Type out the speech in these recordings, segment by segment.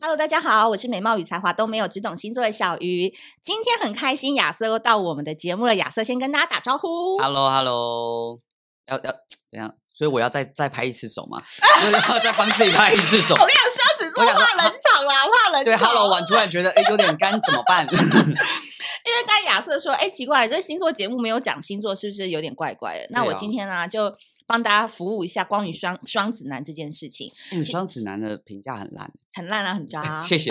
Hello，大家好，我是美貌与才华都没有，只懂星座的小鱼。今天很开心，亚瑟又到我们的节目了。亚瑟先跟大家打招呼。 Hello Hello，要要怎样？所以我要再再拍一次手嘛， 就是要再帮自己拍一次手我。跟你讲，双子座我想说怕冷场啦，怕冷场。对，Hello 完突然觉得哎、诶有点干，怎么办？ 因为刚才亚瑟说，哎、奇怪，这星座节目没有讲星座，是不是有点怪怪的？那对我啊今天呢、就帮大家服务一下关于双双子男这件事情，嗯双子男的评价很烂，很烂啊，很渣、 啊。谢谢，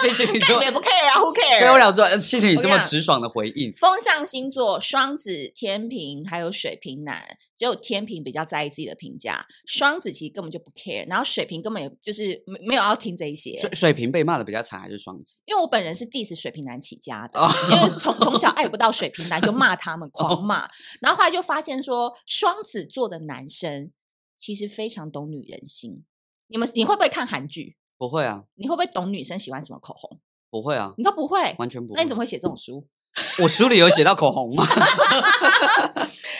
谢谢但你你这们么也不 care 啊，Who care？对我想说，呃谢谢你这我么跟你直爽的回应。风象星座双子、天平还有水瓶男，只有天平比较在意自己的评价，双子其实根本就不 care，然后水瓶根本也就是没没有要听这一些，水水瓶被骂的比较惨还是双子？因为我本人是 diss 水瓶男起家的，哦因为从从小爱不到水瓶男就骂他们，狂骂，然后后来就发现说双子座的男生其实非常懂女人心，你们你会不会看韩剧？不会啊，你会不会懂女生喜欢什么口红？不会啊，你都不会，完全不会。那你怎么会写这种书？ 我书里有写到口 红吗？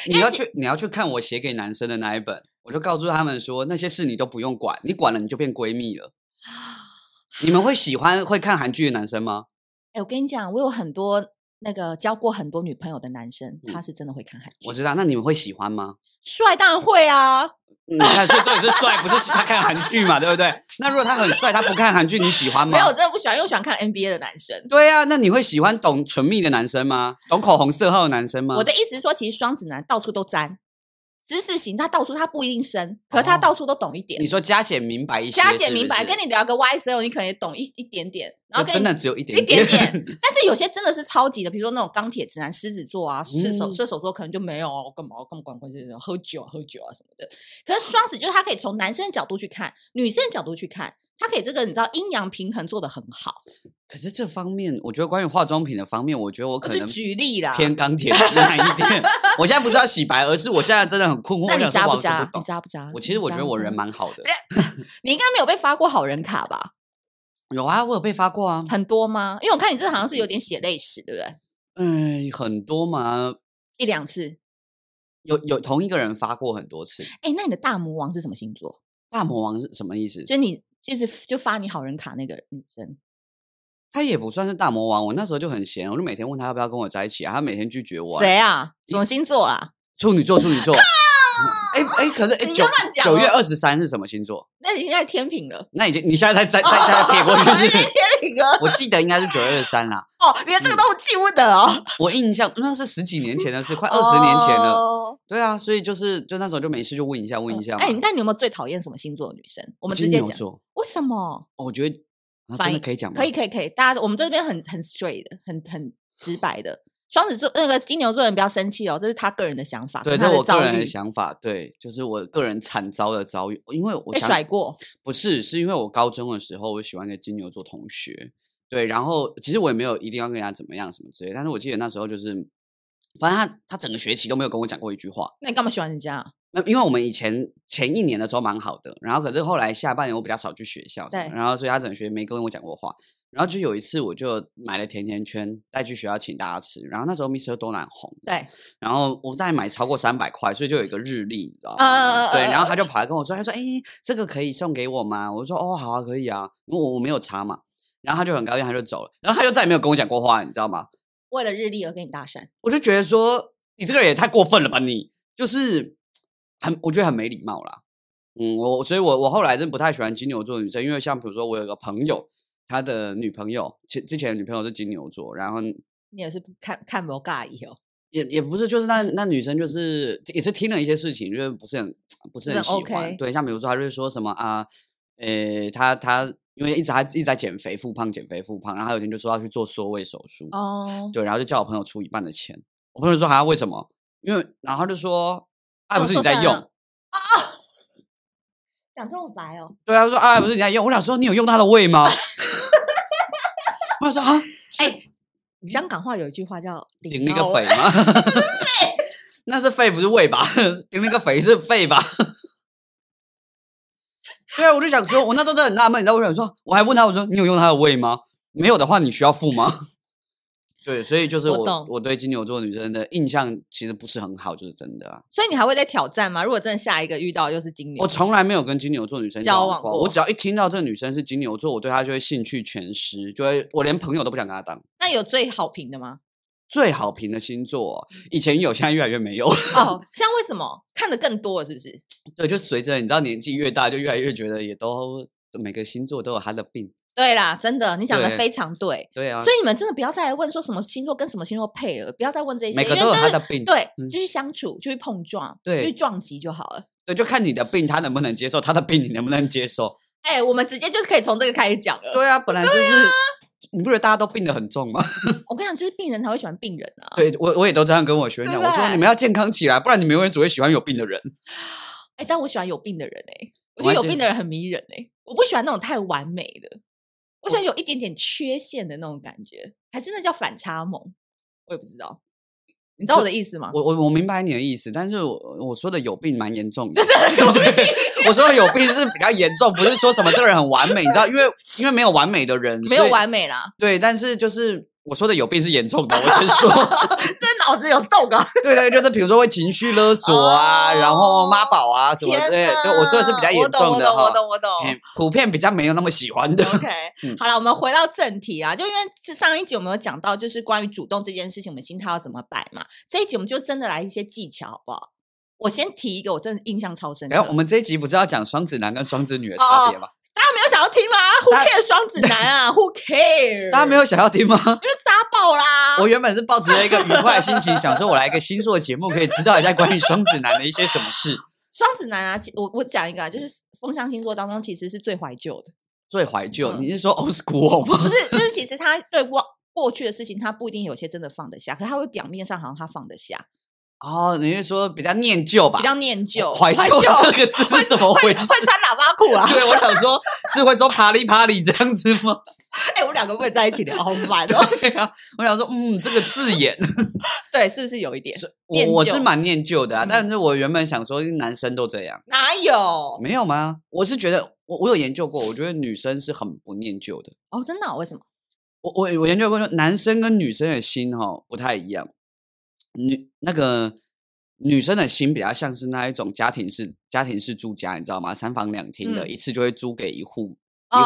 因 你为要其去，你要去看我写给男生的那一本，我就告诉他们说，那些事你都不用管，你管了你就变闺蜜了。你们会喜欢会看韩剧的男生吗？哎、我跟你讲，我有很多那个交过很多女朋友的男生，他是真的会看韩剧嗯我，知道，那你们会喜欢吗？ 帅当然会啊。你看，所以这里是帅，不是他看韩剧嘛，对不对？那如果他很帅，他不看韩剧，你喜欢吗没有，？我真的不喜欢，因为我喜欢看 NBA 的男生。对啊，那你会喜欢懂唇蜜的男生吗？懂口红色号的男生吗？我的意思是说，其实双子男到处都沾，知识型他到处他不一定深，可是他哦到处都懂一点。你说加减明白一些，加减明白，是不是跟你聊个 YSL，你可能也懂一一点点，然后就跟真你的只有一点一点点，但是有些真的是超级的，比如说那种钢铁直男、狮子座啊、射手、嗯射手座可能就没有啊，我干嘛我干嘛管管这种喝酒啊、喝酒啊什么的。可是双子就是他可以从男生的角度去看，女生的角度去看，他可以这个你知道阴阳平衡做得很好。可是这方面，我觉得关于化妆品的方面，我觉得我我可是能哦举啊例啦，偏 钢铁直男一点。我现在不是要洗白，而是我现在真的很困惑，那我你想说渣不我好像渣？不你懂。渣不渣？你我其实我渣觉得不我渣人蛮好哎的，你应该没有被发过好人卡吧？有啊，我有被发过啊，很多吗？因为我看你这好像是有点血泪史，对不对？嗯，很多嘛，一两次。有有同一个人发过很多次。哎，那你的大魔王是什么星座？大魔王是什么意思？就你就是就发你好人卡那个女生，他也不算是大魔王，我那时候就很闲，我就每天问他要不要跟我在一起啊，他每天拒绝我、啊。谁啊？一什么星座啊？处女座，处女座。哎哎，可是哎你九要乱讲九月哦二十三是什么星座？那你应该天平了，那已经你现在才再再再撇过去哦我已经是？天平了。我记得应该是九月二十三啦。哦，连这嗯个都记不得哦，我印象那是十几年前的事，快二十年前了。哦。对啊，所以就是就那时候就没事就问一下问一下嘛。哎，那你有没有最讨厌什么星座的女生？我我们直金接牛讲，座，为什么？哦我觉得、啊、反真的应可以讲吗？可以，可以，可以，大家我们这边很很 straight 的，很很直白的。双子座那个金牛座人不要生气哦，这是他个人的想法，对，跟这他是的我个遭人的遇想法。对，就是我个人惨遭的遭遇，因为我被想甩过，不是，是因为我高中的时候，我喜欢一个金牛座同学。对，然后其实我也没有一定要跟他怎么样什么之类，但是我记得那时候就是，反正他他整个学期都没有跟我讲过一句话。那你干嘛喜欢人家啊？那因为我们以前前一年的时候蛮好的，然后可是后来下半年我比较少去学校什么，对然后所以他整学没跟我讲过话。然后就有一次我就买了甜甜圈带去学校请大家吃，然后那时候 Mr. 都很红，对，然后我大概买超过三百块，所以就有一个日历，你知道吗？嗯嗯嗯对，嗯然后他就跑来跟我说，他说：“哎、这个可以送给我吗？”我说：“哦，好啊，可以啊。”因为我我没有查嘛，然后他就很高兴，他就走了，然后他就再也没有跟我讲过话，你知道吗？为了日历而跟你搭讪，我就觉得说你这个人也太过分了吧，你就是很我觉得很没礼貌啦。嗯，我所以我，我后来真不太喜欢金牛座的女生，因为像比如说我有个朋友，他的女朋友前之前的女朋友是金牛座，然后你也是不看看不尬意哦。也也不是，就是那那女生就是也是听了一些事情，就是不是很不是不是很很喜欢。 OK 对，像比如说，她就是说什么啊，呃，她她因为一直她一直在减肥复胖减肥复胖，然后她有一天就说要去做缩胃手术，哦，对，然后就叫我朋友出一半的钱。我朋友说好、啊，为什么？因为然后她就说啊，哦不是瘦你在下用，了讲这么白哦，对啊，她说啊，不是你在用。我想说你有用她的胃吗？ 我 想说啊，是哎香港话有一句话叫“顶了到个肺吗？ 那是肺不是胃吧？ 顶了个肺是肺吧？ 对啊，我就想说，我那时候真的很纳闷，你知道我想说，我还问他，我说你有用他的胃吗？没有的话，你需要付吗？ 对，所以就是我我懂我对金牛座女生的印象其实不是很好，就是真的啊。所以你还会再挑战吗？如果真的下一个遇到又是金牛，我从来没有跟金牛座女生交交往过，过我只要一听到这女生是金牛座，我对她就会兴趣全失，就会我连朋友都不想跟她当。那有最好评的 吗？最好评的星座，以前有，现在越来越没有了。 哦，像为什么看的更多了？是不是？对，就随着你知道年纪越大，就越来越觉得也都每个星座都有他的病。对啦，真的，你讲的对非常对。对啊，所以你们真的不要再来问说什么星座跟什么星座配了，不要再问这些，每个因为都有那他是的病。对，嗯就去相处，就去碰撞，对就去撞击就好了。对，就看你的病他能不能接受，他的病你能不能接受。哎、我们直接就是可以从这个开始讲了。对啊，本来就是。你不觉得大家都病得很重吗？ 我跟你讲，就是病人才会喜欢病人啊。对我我也都这样跟我学对生讲，不我说对你们要健康起来，不然你们永远只会喜欢有病的人。哎、但我喜欢有病的人哎、我觉我得还有是病的人很迷人哎、我不喜欢那种太完美的，我喜欢有一点点缺陷的那种感觉，还真的叫反差萌，我也不知道，你知道我的意思吗？我我我明白你的意思，但是我我说的有病蛮严 重的，对 我说的有病是比较严重，不是说什么这个人很完美，你知道，因为因为没有完美的人，没所有以完美啦，对，但是就是我说的有病是严重的，我先说， 这脑子有洞啊！对对，就是比如说会情绪勒索啊，然后妈宝啊什么哦天之类的，对，哪我说的是比较严重的我哈，懂，我懂，我懂，我嗯懂。普遍比较没有那么喜欢的， OK，嗯好了，我们回到正题啊，就因为是上一集我们有讲到，就是关于主动这件事情，我们心态要怎么摆嘛。这一集我们就真的来一些技巧，好不好？我先提一个，我真的印象超深刻。然后我们这一集不是要讲双子男跟双子女的哦差别吗？大家没有想要听吗？Who 大 care 双子男 啊？Who care？大家没有想要听吗？因为扎爆啦！ 我原本是抱持着一个愉快的心情，想说我来一个星座节目，可以知道一下关于双子男的一些什么 事。双子男啊，其我我讲一个、啊，就是风象星座当中其实是最怀旧的， 最怀旧，嗯你是说 old school 吗？不是，就是其实他对过过去的事情，他不一定有些真的放得下，可是他会表面上好像他放得下，哦，你是说比较念旧吧？比较念旧，哦怀旧， 旧会这个字是怎么回会事？穿喇叭裤啊！对，我想说，是会说啪里啪里这样子吗？哎、我们两个不能在一起聊，好烦哦。 对啊，我想说，嗯，这个字眼，对，是不是有一点？是念我旧我是蛮念旧的啊。嗯但是我原本想说，男生都这样，哪有？哦没有吗？我是觉得，我我有研究过，我觉得女生是很不念旧的。哦，真的哦、为什么？我我我研究过说，男生跟女生的心哈、不太一样。女那个女生的心比较像是那一种家庭式家庭式住家，你知道吗？三房两厅的，嗯一次就会租给一户一哦户。哦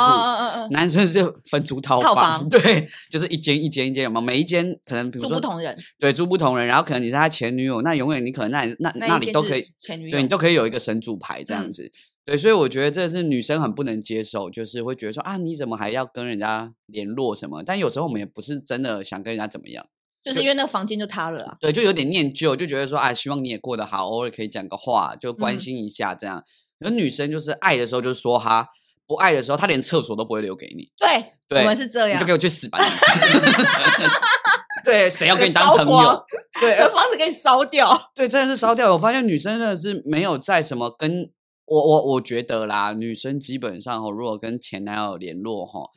哦哦男生是分租套套房，房 对，就是一间一间一间，有没有？每一间可能比哦，如住说不同人，对，租不同人，然后可能你是他前女友，那永远你可能那那一那里间都就可是以，前女友对你都可以有一个神主牌这样嗯子。对，所以我觉得这是女生很不能接受，就是会觉得说啊，你怎么还要跟人家联络什么？但有时候我们也不是真的想跟人家怎么样，就是因为那个房间就塌了啊。对，就有点念旧，就觉得说啊，希望你也过得好，偶尔可以讲个话，就关嗯心一下这样。而女生就是爱的时候就说哈，不爱的时候她连厕所都不会留给你，对，对我们是这你样就。给我去死吧你！ 对，谁要跟你当烧朋光友？ 对，把房子给你烧掉。对，真的是烧掉。我发现女生真的是没有在什么跟我我我觉得啦，女生基本上哦，如果跟前男友联络哈，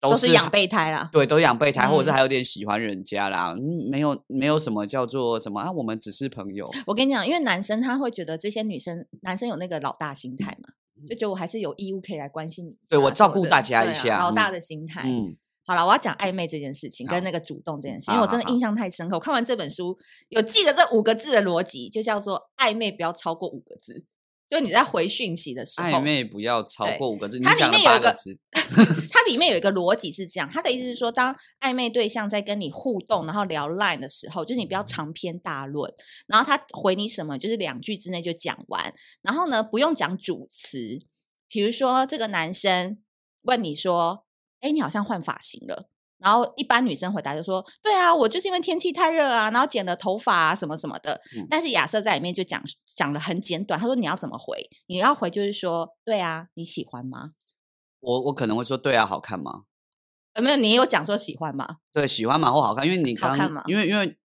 都都是养备胎啦。对，都养备胎，或者是嗯还有点喜欢人家啦，嗯没有没有什么叫做什么啊，我们只是朋友。我跟你讲，因为男生他会觉得这些女生，男生有那个老大心态嘛，就觉得我还是有义务可以来关心你一下什么的。嗯对我照顾大家一对啊下老大嗯的心态。嗯，好了，我要讲暧昧这件事情，好跟那个主动这件事，好因为我真的好好印象太深刻。我看完这本书，有记得这五个字的逻辑，就叫做暧昧不要超过五个字。就你在回讯息的时候，暧昧不要超对过五个字，你它里讲了面有八一个个字，它里面有一个逻辑是这样，它的意思是说，当暧昧对象在跟你互动，然后聊 Line 的时候，就是你不要长篇大论，然后他回你什么，就是两句之内就讲完，然后呢，不用讲主词，比如说这个男生问你说：“哎，你好像换发型了。”然后一般女生回答就说：“对啊，我就是因为天气太热啊，然后剪了头发啊，什么什么的。嗯但是亚瑟在里面就讲讲的很简短，他说：“你要怎么回？你要回就是说，对啊，你喜欢吗？我我可能会说对啊，好看吗？呃，没有，你有讲说喜欢吗？对，喜欢嘛或好看，因为你好刚看嘛因为因为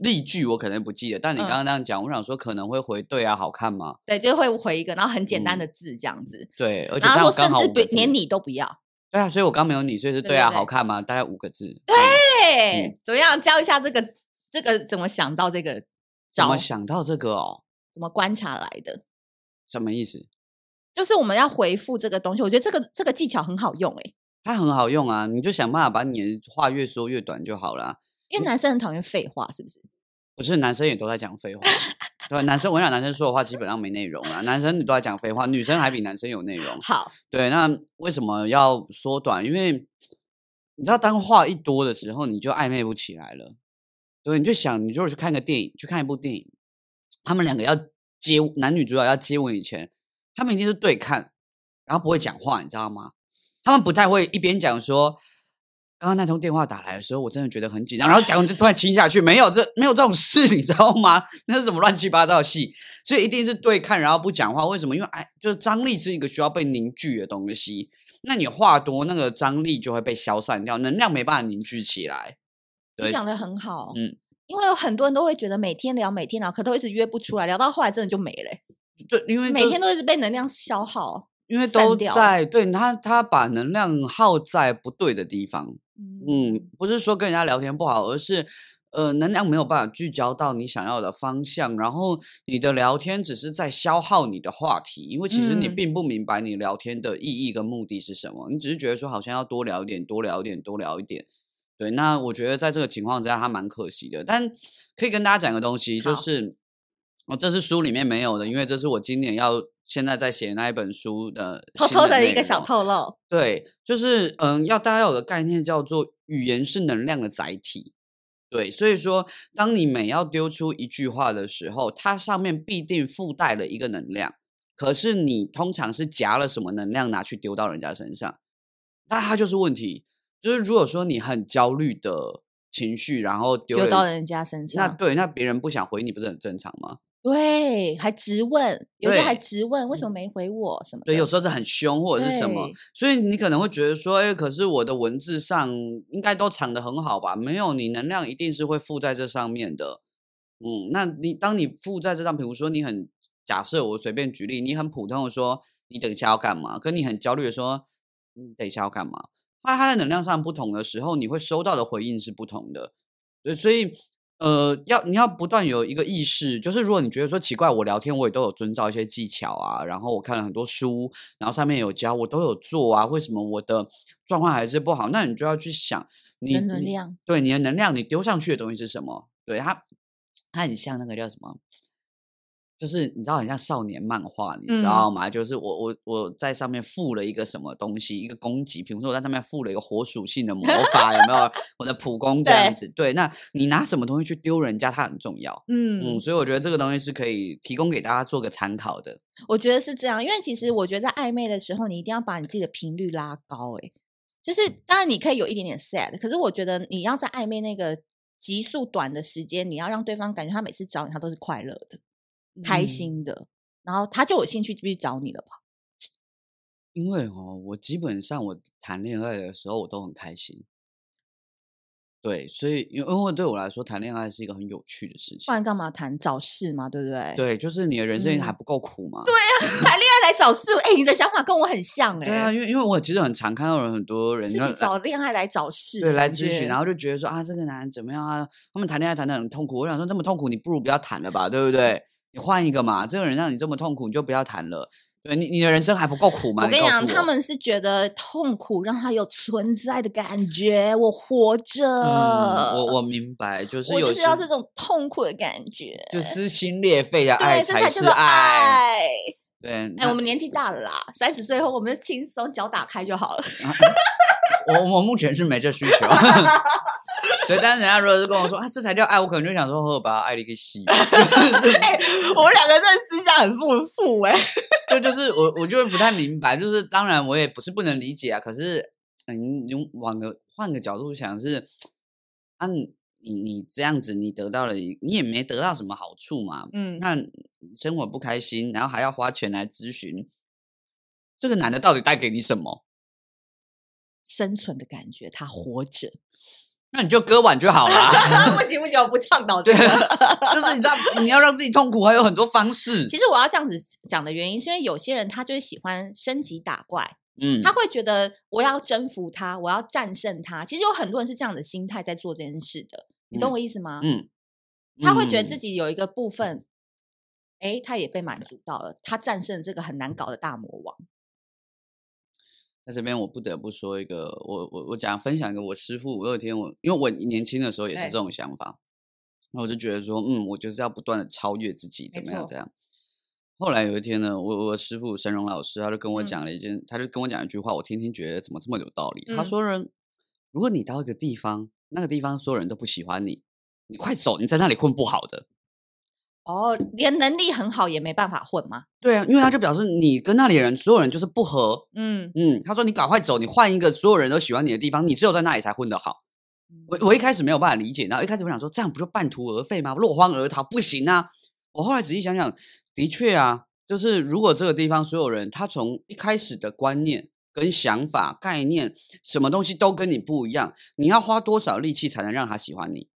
例句我可能不记得，嗯但你刚刚那样讲，我想说可能会回对啊，好看吗？对，就会回一个，然后很简单嗯的字这样子，对，而且然这后样说刚甚好至五个不字连你都不要，对啊，所以我刚没有你，所以是对对对啊，对好看吗？大概五个字。嗯对，对，怎么样？教一下这个这个怎么想到这个怎招，么想到这个哦？怎么观察来的？什么意思？就是我们要回复这个东西，我觉得这个这个技巧很好用诶、欸它很好用啊，你就想办法把你的话越说越短就好啦。因为男生很讨厌废话，是不是？不是男生也都在讲废话，对，啊男生我想男生说的话基本上没内容啊，男生你都在讲废话，女生还比男生有内容。好，对，那为什么要缩短？因为你知道，当话一多的时候，你就暧昧不起来了。对，你就想，你如果去看个电影，去看一部电影，他们两个要接男女主角要接吻以前，他们一定是对看，然后不会讲话，你知道吗？他们不太会一边讲说，刚刚那通电话打来的时候，我真的觉得很紧张，然后讲完就突然亲下去，没有这没有这种事，你知道吗？ 那是什么乱七八糟的戏？所以一定是对看，然后不讲话。为什么？因为哎，就是张力是一个需要被凝聚的东西。那你话多，那个张力就会被消散掉，能量没办法凝聚起来。你对，讲的很好，嗯，因为有很多人都会觉得每天聊，每天聊，可都一直约不出来，聊到后来真的就没了欸、对，因为每就天都一直被能量消耗。因为散都掉在对他，他把能量耗在不对的地方。嗯嗯，，不是说跟人家聊天不好，而是呃能量没有办法聚焦到你想要的方向，然后你的聊天只是在消耗你的话题，因为其实你嗯并不明白你聊天的意义跟目的是什么，你只是觉得说好像要多聊一点，多聊一点，多聊一点。对，那我觉得在这个情况之下，他蛮可惜的。但可以跟大家讲个东西，就好是哦，这是书里面没有的，因为这是我今年要现在在写那一本书的偷新偷的一内个小容透露，对，就是嗯，要大家有个概念叫做语言是能量的载体。对，所以说，当你每要丢出一句话的时候，它上面必定附带了一个能量，可是你通常是夹了什么能量拿去丢到人家身上，那它就是问题。就是如果说你很焦虑的情绪，然后丢丢了到一人家身那上。对，那别人不想回你，不是很正常吗？对，还质问，有些还对嗯质问为什么没回我什么的。对，有时候是很凶或者是什么对，所以你可能会觉得说，哎、可是我的文字上应该都藏得很好吧？没有，你能量一定是会附在这上面的。嗯，那你当你附在这上，比如说你很假设我随便举例，你很普通的说你等一下要干嘛，跟你很焦虑的说你等一下要干嘛，它它的能量上不同的时候，你会收到的回应是不同的。对，所以呃，要你要不断有一个意识，就是如果你觉得说奇怪，我聊天我也都有遵照一些技巧啊，然后我看了很多书，然后上面有教，我都有做啊，为什么我的状况还是不好？那你就要去想你人能你量对你的能量，你丢上去的东西是什么？对它，它很像那个叫什么？就是你知道，很像少年漫画，你知道嗯吗？就是我我我在上面附了一个什么东西，一个攻击，比如说我在上面附了一个火属性的魔法，有 没有？我的普攻这样对子，对。那你拿什么东西去丢人家，它很重要。嗯，嗯，所以我觉得这个东西是可以提供给大家做个参考的。我觉得是这样，因为其实我觉得在暧昧的时候，你一定要把你自己的频率拉高、欸。就是嗯当然你可以有一点点 sad，可是我觉得你要在暧昧那个极速短的时间，你要让对方感觉他每次找你，他都是快乐的、开嗯心的，然后他就有兴趣继续找你了吧？因为哦，我基本上我谈恋爱的时候我都很开心，对，所以因为因为对我来说谈恋爱是一个很有趣的事不情，然干嘛谈找事嘛，对不对？对，就是你的人生还嗯不够苦嘛，谈恋爱来找事，哎、你的想法跟我很像、欸，对啊，因为因为我其实很常看到有很多人自就己找恋爱来找事的对，来感觉，咨询，然后就觉得说啊，这个男人怎么样啊？他们谈恋爱谈的很痛苦，我想说这么痛苦，你不如不要谈了吧，对不对？你换一个嘛，这个人让你这么痛苦，你就不要谈了。对你，你的人生还不够苦吗？我跟你告讲，诉他我们是觉得痛苦让他有存在的感觉，我活着。嗯，我我明白，就是我有就是时要这种痛苦的感觉，就撕心裂肺的爱对，这才叫是做爱。爱。对，哎，那我们年纪大了啦，三十岁后我们就轻松脚打开就好了。我我目前是没 这需求。 对，但是人家如果是跟我说啊，这才叫爱，我可能就想说呵吧，爱了一个戏。哎，嗯我们两个真的思想很丰富哎。 对，就是我，我就会不太明白。就是当然，我也不是不能理解啊。可是，嗯，你用往个换个角度想是，啊，你你这样子，你得到了一，你也没得到什么好处嘛。嗯，那生活不开心，然后还要花钱来咨询，这个男的到底带给你什么？生存的感觉，他活着。 那你就割腕就好啦。不行不行，我不倡导这对个。 就是你知道，你要让自己痛苦，还有很多方式其。实我要这样子讲的原因，是因为有些人他就是喜欢升级打怪，嗯，他会觉得我要征服他，我要战胜他。其实有很多人是这样的心态在做这件事的，你懂我意思吗？嗯，他会觉得自己己有一个部分，诶，他也被满足到了，他战胜这个很难搞的大魔王。在这边我不得不说一个，我我我讲分享一个我师傅，我有一天我因为我年轻的时候也是对这种想法，那我就觉得说，嗯，我就是要不断的超越自己，没怎么样错怎样。后来有一天呢，我我师傅沈荣老师，他就跟我嗯讲了一件，他就跟我讲一句话，我天天觉得怎么这么有道理。他嗯说人，如果你到一个地方，那个地方所有人都不喜欢你，你快走，你在那里混不好的。哦，连能力很好也没办法混吗？对啊，因为他就表示你跟那里人所有人就是不合，嗯，嗯，他说你赶快走，你换一个所有人都喜欢你的地方，你只有在那里才混得好。我我一开始没有办法理解，然后一开始我想说这样不就半途而废吗？落荒而逃不行啊！我后来仔细想想，的确啊，就是如果这个地方所有人他从一开始的观念、跟想法、概念，什么东西都跟你不一样，你要花多少力气才能让他喜欢你？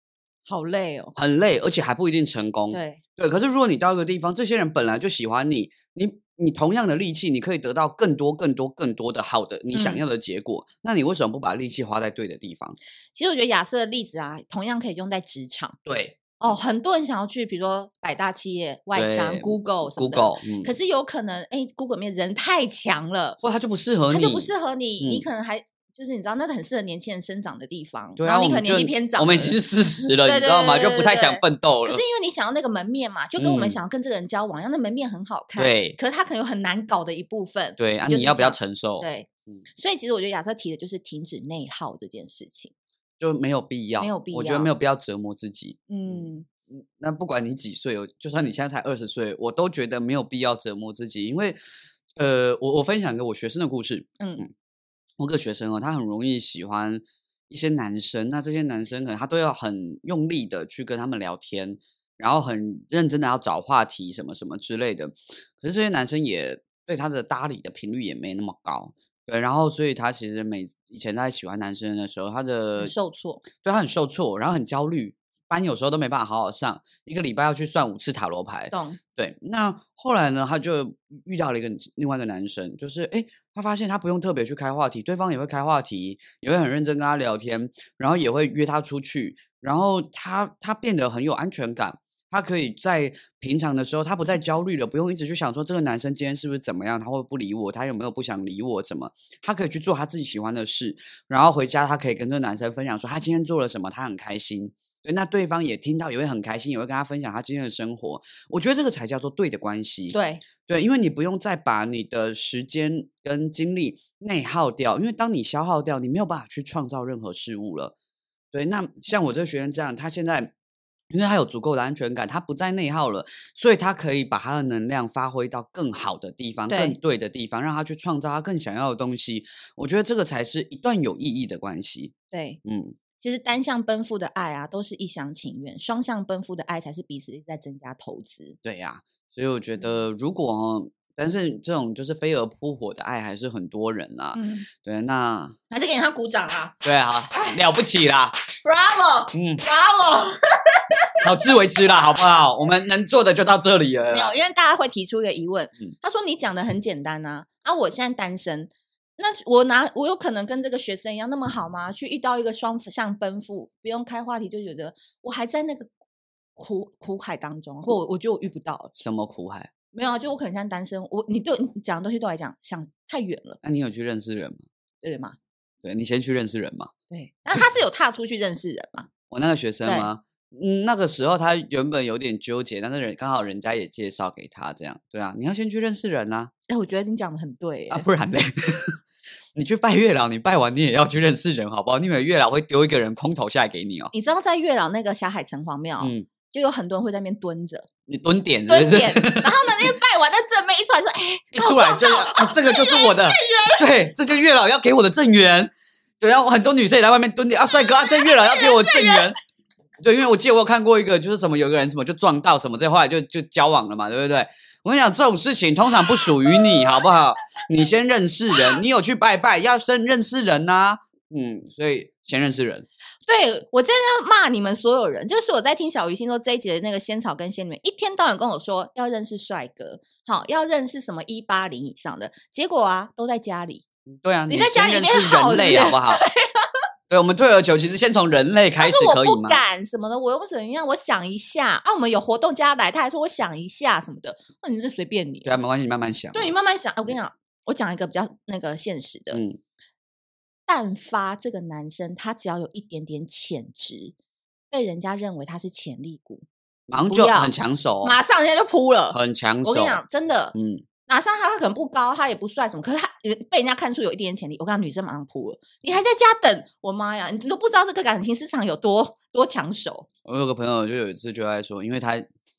好累哦。很累，而且还不一定成功。对，对，可是如果你到一个地方，这些人本来就喜欢你，你你同样的力气，你可以得到更多、更多、更多的好的你想嗯要的结果，那你为什么不把力气花在对的地方？其实我觉得亚瑟的例子啊，同样可以用在职场。对哦，很多人想要去，比如说百大企业、外商、对 Google 什么的。 ，Google，嗯，可是有可能，哎，Google 里面人太强了，或他就不适合他你，就不适合你，你嗯可能还就是你知道，那很适合年轻人生长的地方。对然啊，后我你可能们年纪就偏长了，我们已经是四十了，对你知对道吗？对就对不太对想对奋斗可了是。因为你想要那个门面嘛，就跟我们嗯想要跟这个人交往一样，那门面很好看，对可是他可能有很难搞的一部分，对啊，就你是要不这要样承受？对嗯所以其实我觉得亚瑟提的就是停止内耗这件事情。就没有必要，没有必我觉得要没有必要折磨自己。嗯，那不管你几岁，哦，就算你现在才二十岁，我都觉得没有必要折磨自己，因为，呃，我我分享一个我学生的故事，嗯我有个学生哦，他很容易喜欢一些男生，那这些男生可能他都要很用力的去跟他们聊天，然后很认真的要找话题什么什么之类的，可是这些男生也对他的搭理的频率也没那么高。对，然后所以他其实每以前他在喜欢男生的时候，他的很受挫，对他很受挫，然后很焦虑，班有时候都没办法好好上，一个礼拜要去算五次塔罗牌。懂，对，那后来呢，他就遇到了一个另外一个男生，就是诶，他发现他不用特别去开话题，对方也会开话题，也会很认真跟他聊天，然后也会约他出去，然后他他变得很有安全感。他可以在平常的时候，他不再焦虑了，不用一直去想说这个男生今天是不是怎么样，他会不理我，他有没有不想理我，怎么？他可以去做他自己喜欢的事，然后回家他可以跟这个男生分享说他今天做了什么，他很开心。对，那对方也听到，也会很开心，也会跟他分享他今天的生活。我觉得这个才叫做对的关系。对，对，因为你不用再把你的时间跟精力内耗掉，因为当你消耗掉，你没有办法去创造任何事物了。对，那像我这个学生这样，他现在因为他有足够的安全感，他不再内耗了，所以他可以把他的能量发挥到更好的地方、更对对的地方，让他去创造他更想要的东西。我觉得这个才是一段有意义的关系。对。嗯，其实单向奔赴的爱啊，都是一厢情愿；双向奔赴的爱才是彼此在增加投资。对呀、所以我觉得如果哦。但是这种就是飞蛾扑火的爱还是很多人啦、嗯，对，那还是给他鼓掌啊对啊，了不起啦， ！Bravo，Bravo！嗯，好自为之啦，好不好？我们能做的就到这里了没有，啦。因为大家会提出一个疑问，啊嗯他说你讲的很简单啊，啊，我现在单身，那是我拿我有可能跟这个学生一样那么好吗？去遇到一个双向奔赴，不用开话题就觉得我还在那个苦苦海当中，或我我觉得我遇不到了，什么苦海？没有啊，就我可能现在单身，我你对你讲的东西对我来讲想太远了，那、你有去认识人吗？对吗？对你先去认识人嘛。对，那他是有踏出去认识人嘛？我那个学生对吗？嗯，那个时候他原本有点纠结，但是人刚好人家也介绍给他，这样对啊，你要先去认识人啊，哎、我觉得你讲的很对耶、啊，不然嘞， 你去拜月老，你拜完你也要去认识人，好不好？你以为月老会丢一个人空投下来给你哦？你知道在月老那个霞海城隍庙，嗯，就有很多人会在那边蹲着，你蹲点是蹲不是？点，然后呢，那个拜完那正妹一出来说：“哎、一出来就是啊，这个就是我哦的，对，这就是月老要给我的正缘。对，然后很多女生也在外面蹲点啊，帅哥啊，这月老要给我正缘。 对，因为我记得我有看过一个，就是什么有个人什么就撞到什么，这后来就就交往了嘛，对不对？我跟你讲，这种事情通常不属于你，好不好？你先认识人，你有去拜拜，要先认识人呐、嗯，所以先认识人，对我真的要骂你们所有人，就是我在听小鱼星说这一集的那个仙草跟仙女们，一天到晚跟我说要认识帅哥，好要认识什么一八零以上的，结果啊都在家里。对啊，你在家先里认面识耗人类，着好不好？对，我们退而求其次，先从人类他开始说，我可以不吗？敢什么的，我又不怎么样，我想一下啊，我们有活动加来，他还说我想一下什么的，那你是随便你，啊对啊，没关系，你慢慢想。对你慢慢想。哎我跟你讲，我讲一个比较那个现实的，嗯，但发这个男生他只要有一点点潜质，被人家认为他是潜力股，马上不就要很抢手哦，马上人家就扑了。很抢手。我跟你讲，真的，嗯，马上他可能不高，他也不帅什么，可是他呃被人家看出有一点点潜力，我跟你讲，女生马上扑了。你还在家等，我妈呀，你都不知道这个感情市场有多多抢手。我有个朋友就有一次就在说，因为他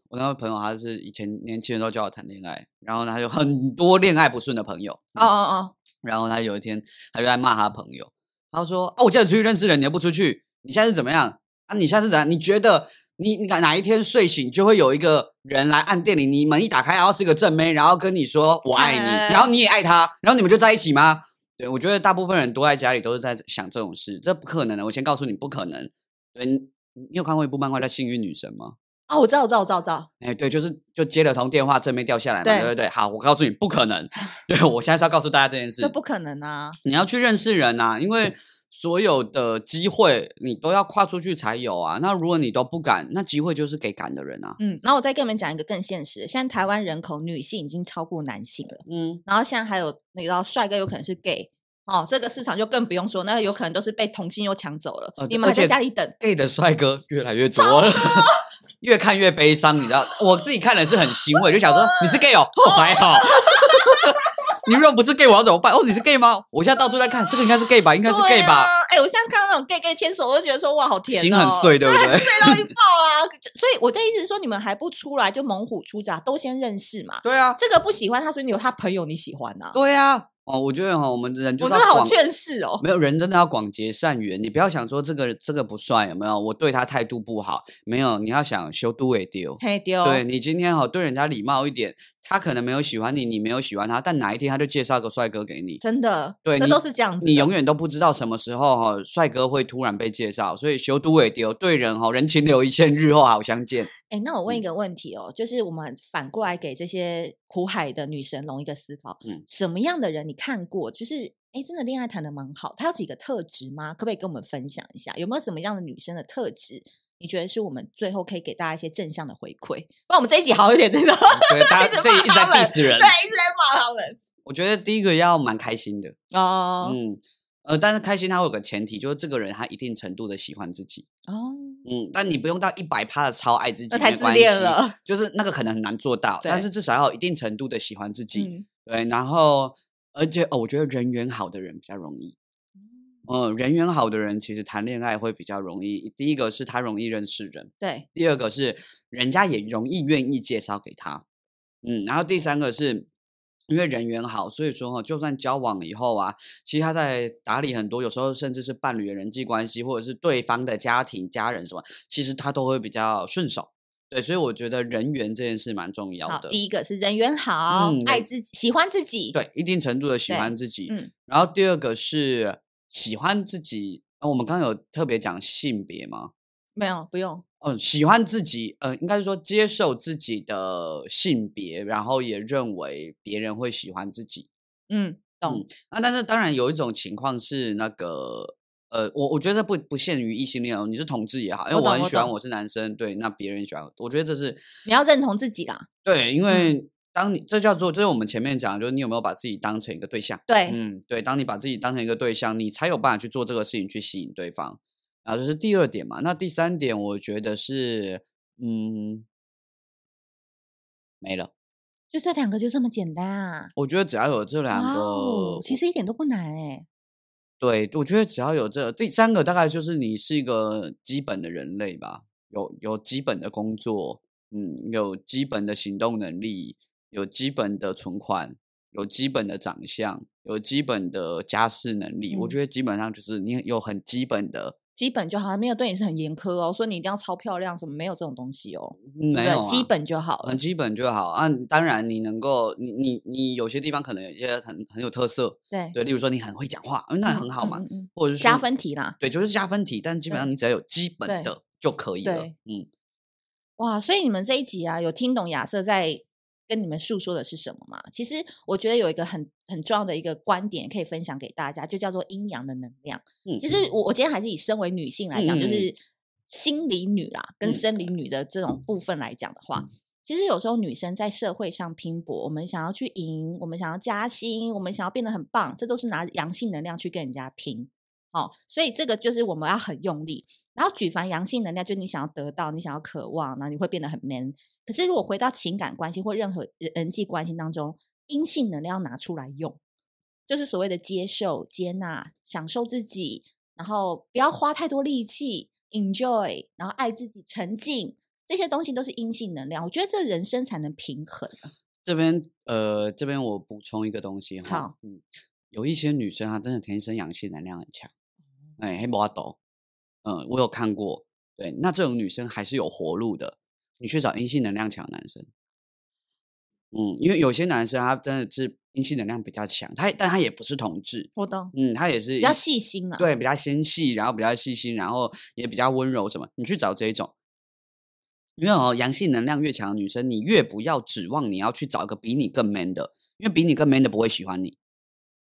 我那个朋友他是以前年轻的时候教我谈恋爱，然后呢他有很多恋爱不顺的朋友，哦哦哦，然后他有一天，他就在骂他朋友，他说：“啊，我叫你出去认识人，你还不出去，你现在是怎么样？啊，你现在是怎样？你觉得你你哪哪一天睡醒就会有一个人来按电铃，你门一打开，然后是个正妹，然后跟你说我爱你， 然后你也爱他，然后你们就在一起吗？”对，我觉得大部分人都在家里都是在想这种事，这不可能的。我先告诉你，不可能。对，你你有看过一部漫画叫《幸运女神》吗？哦，我知道，我知道，我知道，我知道。哎，对，就是就接了通电话，正面掉下来嘛，对对对对。好，我告诉你，不可能。 对我现在是要告诉大家这件事，这不可能啊！你要去认识人啊，因为所有的机会你都要跨出去才有啊。那如果你都不敢，那机会就是给敢的人啊。嗯，然后我再跟你们讲一个更现实的，现在台湾人口女性已经超过男性了，嗯，然后现在还有那个帅哥有可能是 gay，哦，这个市场就更不用说，那有可能都是被同性又抢走了，呃你们而还在且家里等， gay 的帅哥越来越多了， 越看越悲伤，你知道？我自己看了是很欣慰，就想说你是 gay 哦，哦还好。 你如果不是 gay，我要怎么办？哦，你是 gay 吗？我现在到处在看，这个应该是 gay 吧？应该是 gay 对吧？啊哎、我现在看到那种 gay gay 牵手，我都觉得说哇，好甜、哦，心很碎对不 对碎到一爆啊！所以我的意思是说，你们还不出来就猛虎出闸，都先认识嘛。对啊，这个不喜欢他，所以你有他朋友你喜欢呐、啊。对啊。哦，我觉得哈，我们人就我是真要的好广劝世哦。没有人真的要广结善缘，你不要想说这个这个不帅有没有？我对他态度不好，没有，你要想修度也丢。嘿丢，对你今天好对人家礼貌一点，他可能没有喜欢你，你没有喜欢他，但哪一天他就介绍个帅哥给你，真的，对这你都是这样子的。你永远都不知道什么时候哈、帅哥会突然被介绍，所以修度也丢，对人哈、人情留一线，日后好相见。哎，那我嗯问一个问题哦，就是我们反过来给这些苦海的女神龙一个思考，嗯什么样的人你看过？就是哎，真的恋爱谈的蛮好，她有几个特质吗？可不可以跟我们分享一下？有没有什么样的女生的特质？你觉得是我们最后可以给大家一些正向的回馈？不然我们这一集好一点，真的，对，大家 一直所以一直骂在他们 diss 人对，。一直在骂他们我觉得第一个要蛮开心的，哦、嗯，呃，但是开心他会有个前提，就是这个人他一定程度的喜欢自己。哦，嗯，但你不用到一百趴的超爱自己，那太没自关恋系了，就是那个可能很难做到，但对是至少要有一定程度的喜欢自己。嗯，对，然后而且、哦、我觉得人缘好的人比较容易。嗯，人缘好的人其实谈恋爱会比较容易。第一个是他容易认识人，对，第二个是人家也容易愿意介绍给他，嗯，然后第三个是因为人缘好，所以说哈，就算交往以后啊，其实他在打理很多，有时候甚至是伴侣的人际关系，或者是对方的家庭、家人什么，其实他都会比较顺手。对，所以我觉得人缘这件事蛮重要好，的。第一个是人缘好，嗯爱人自己，喜欢自己，对，一定程度的喜对欢自己。嗯然后第二个是喜欢自己。啊，我们刚刚有特别讲性别吗？没有不用，嗯，喜欢自己，呃，应该是说接受自己的性别，然后也认为别人会喜欢自己。嗯，懂，那但是当然有一种情况是那个，呃，我我觉得这不不限于异性恋哦，你是同志也好，因为我我懂很我喜欢懂嗯我是男生，对，那别人喜欢我，我觉得这是你要认同自己啦，对，因为当你这叫做，这是我们前面讲的，就是你有没有把自己当成一个对象。对，嗯，对，当你把自己当成一个对象，你才有办法去做这个事情去吸引对方。啊，这是第二点嘛。那第三点，我觉得是，嗯，没了。就这两个就这么简单啊！我觉得只要有这两哇个，哦，其我实一点都不难哎、对我觉得只要有这第三个，大概就是你是一个基本的人类吧，有有基本的工作，嗯，有基本的行动能力，有基本的存款，有基本的长相，有基本的家事能力。我嗯觉得基本上就是你有很基本的。基本就好，没有对你是很严苛哦，说你一定要超漂亮什么，没有这种东西哦，嗯没对有、啊，基本就好了很。基本就好啊。当然，你能够，你你你有些地方可能有一些很很有特色，对，对，例如说你很会讲话，嗯那很好嘛，嗯嗯嗯或者是说加，分题啦，对，就是加分题。但基本上你只要有基本对的就可以了，嗯，哇！所以你们这一集啊，有听懂亚瑟在跟你们诉说的是什么吗？其实我觉得有一个很很重要的一个观点可以分享给大家，就叫做阴阳的能量。嗯其实我我今天还是以身为女性来讲，就嗯嗯嗯是心理女啦，跟嗯生理女的这种部分来讲的话，其实有时候女生在社会上拼搏，我们想要去赢，我们想要加薪，我们想要变得很棒，这都是拿阳性能量去跟人家拼。哦，所以这个就是我们要很用力。然后举凡阳性能量，就是你想要得到，你想要渴望，然后你会变得很 man。可是如果回到情感关系或任何人人际关系当中，阴性能量要拿出来用，就是所谓的接受、接纳、享受自己，然后不要花太多力气，enjoy，然后爱自己、沉静，这些东西都是阴性能量。我觉得这人生才能平衡。啊这边呃，这边我补充一个东西哈，好嗯，有一些女生她真的天生阳气能量很强，哦哎，黑魔斗，嗯，我有看过，对，那这种女生还是有活路的，你去找阴性能量强的男生，嗯，因为有些男生他真的是阴性能量比较强，他但他也不是同志，我懂，嗯，他也是比比较细心啊了。对，比较纤细，然后比较细心，然后也比较温柔，什么？你去找这一种，因为哦，阳性能量越强的女生，你越不要指望你要去找一个比你更 man 的，因为比你更 man 的不会喜欢你。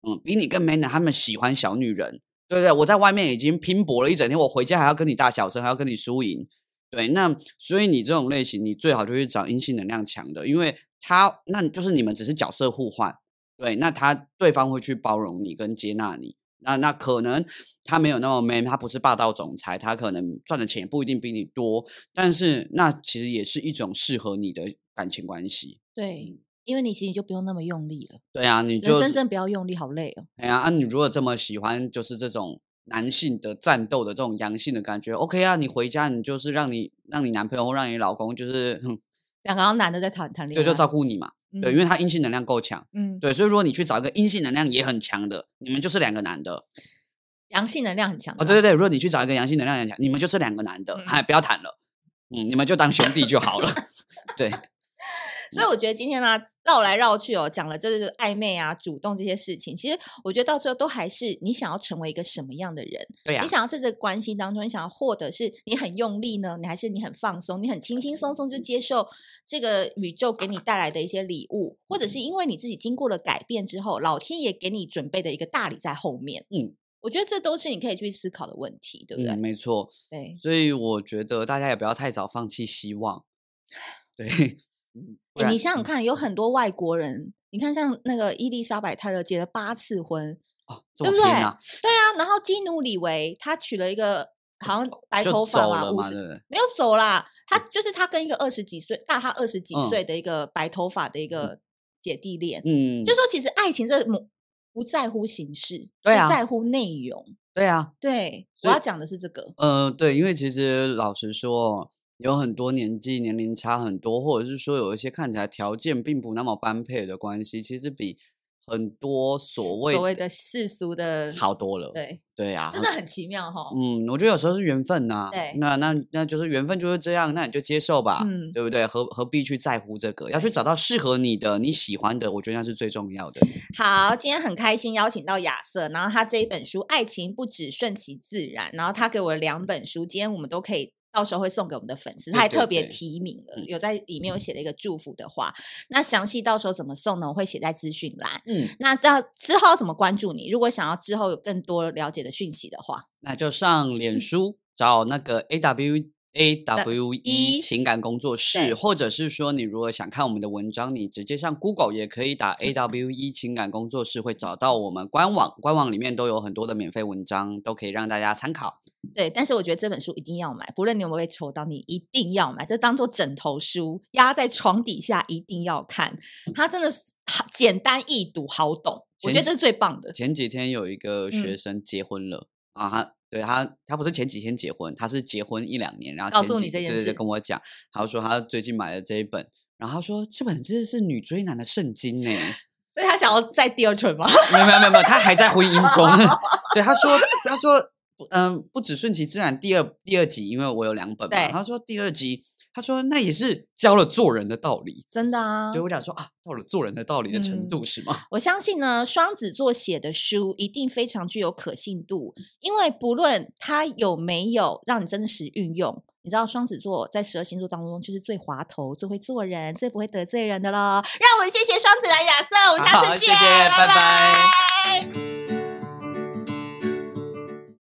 嗯，比你更 man 的，他们喜欢小女人，对不对？我在外面已经拼搏了一整天，我回家还要跟你大小声，还要跟你输赢。对，那所以你这种类型，你最好就去找阴性能量强的，因为他那就是你们只是角色互换，对，那他对方会去包容你跟接纳你。那那可能他没有那么 man，他不是霸道总裁，他可能赚的钱也不一定比你多，但是那其实也是一种适合你的感情关系。对，因为你其实你就不用那么用力了，对啊，你人就生是真的不要用力，好累哦。哎呀，啊，你如果这么喜欢，就是这种男性的战斗的这种阳性的感觉，OK 啊，你回家你就是让你让你男朋友或让你老公就是哼两个男的在谈谈恋对爱，就照顾你嘛，对，因为他阴性能量够强，嗯，对，所以说你去找一个阴性能量也很强的，你们就是两个男的，阳性能量很强哦，的对对对，如果你去找一个阳性能量人讲，你们就是两个男的，哎、不要谈了，嗯，你们就当兄弟就 好了。对，所以我觉得今天呢、绕来绕去哦，讲了这个暧昧啊、主动这些事情，其实我觉得到最后都还是你想要成为一个什么样的人，对呀、你想要在这个关系当中，你想要获得是你很用力呢，你还是你很放松，你很轻轻松嗯松就接受这个宇宙给你带来的一些礼物，或者嗯是因为你自己经过了改变之后，老天爷给你准备的一个大礼在后面。嗯，我觉得这都是你可以去思考的问题，对不对？嗯，没错。对，所以我觉得大家也不要太早放弃希望。对，嗯不欸然你想想看，有很多外国人，你看像那个伊丽莎白泰勒结了八次婚，哦，这对么不偏对啊，对啊，然后基努里维他娶了一个好像白就头发走嘛，了五嘛，十对不对？没有走啦，他就是他跟一个二十几岁大他二十几嗯岁的一个白头发的一个姐弟恋，嗯，就说其实爱情这么不在乎形式，对是啊在乎内容。对啊，对，我所以要讲的是这个，呃，对，因为其实老实说，有很多年纪年龄差很多，或者是说有一些看起来条件并不那么般配的关系，其实比很多所谓所谓的世俗的，好多了。对，对啊，真的很奇妙哈。嗯，我觉得有时候是缘分呐、对那那那就是缘分就是这样，那你就接受吧，嗯对不对？何何必去在乎这个？要去找到适合你的、你喜欢的，我觉得那是最重要的。好，今天很开心邀请到亚瑟，然后他这一本书《爱情不只顺其自然》，然后他给我两本书，今天我们都可以。到时候会送给我们的粉丝，对他还对特别对提名了嗯，有在里面有写了一个祝福的话。那详细到时候怎么送呢？我会写在资讯栏。嗯，那知道之后要怎么关注你？如果想要之后有更多了解的讯息的话，那就上嗯脸书找那个 A W。A W E 一情感工作对室，或者是说你如果想看我们的文章，你直接上 Google 也可以打嗯 A W E 情感工作室，会找到我们官网。官网里面都有很多的免费文章，都可以让大家参考。对，但是我觉得这本书一定要买，不论你有没有被抽到，你一定要买，这当做枕头书压在床底下，一定要看。它真的是好简单易读，好懂，我觉得前几嗯这是最棒的。前几天有一个学嗯生结婚了、啊，他对他他不是前几天结婚，他是结婚一两年，然后告前诉几你这对件对对事跟我讲，他说他最近买了这一本，然后他说这本真的是女追男的 圣经呢、所以他想要再第二春吗？ 没有没有没有没有，他还在婚姻中。 对，他说他说嗯，不只顺其自然第二第二集，因为我有两本嘛，对他说第二集。他说：“那也是教了做人的道理。真的啊对我想说啊，到了做人的道理的程嗯度、是吗？我相信呢，双子座写的书一定非常具有可信度，因为不论它有没有让你真实运用，你知道双子座在十二星座当中就是最滑头、最会做人、最不会得罪人的喽。让我们谢谢双子男亚瑟，我们下好次谢见，谢拜拜拜拜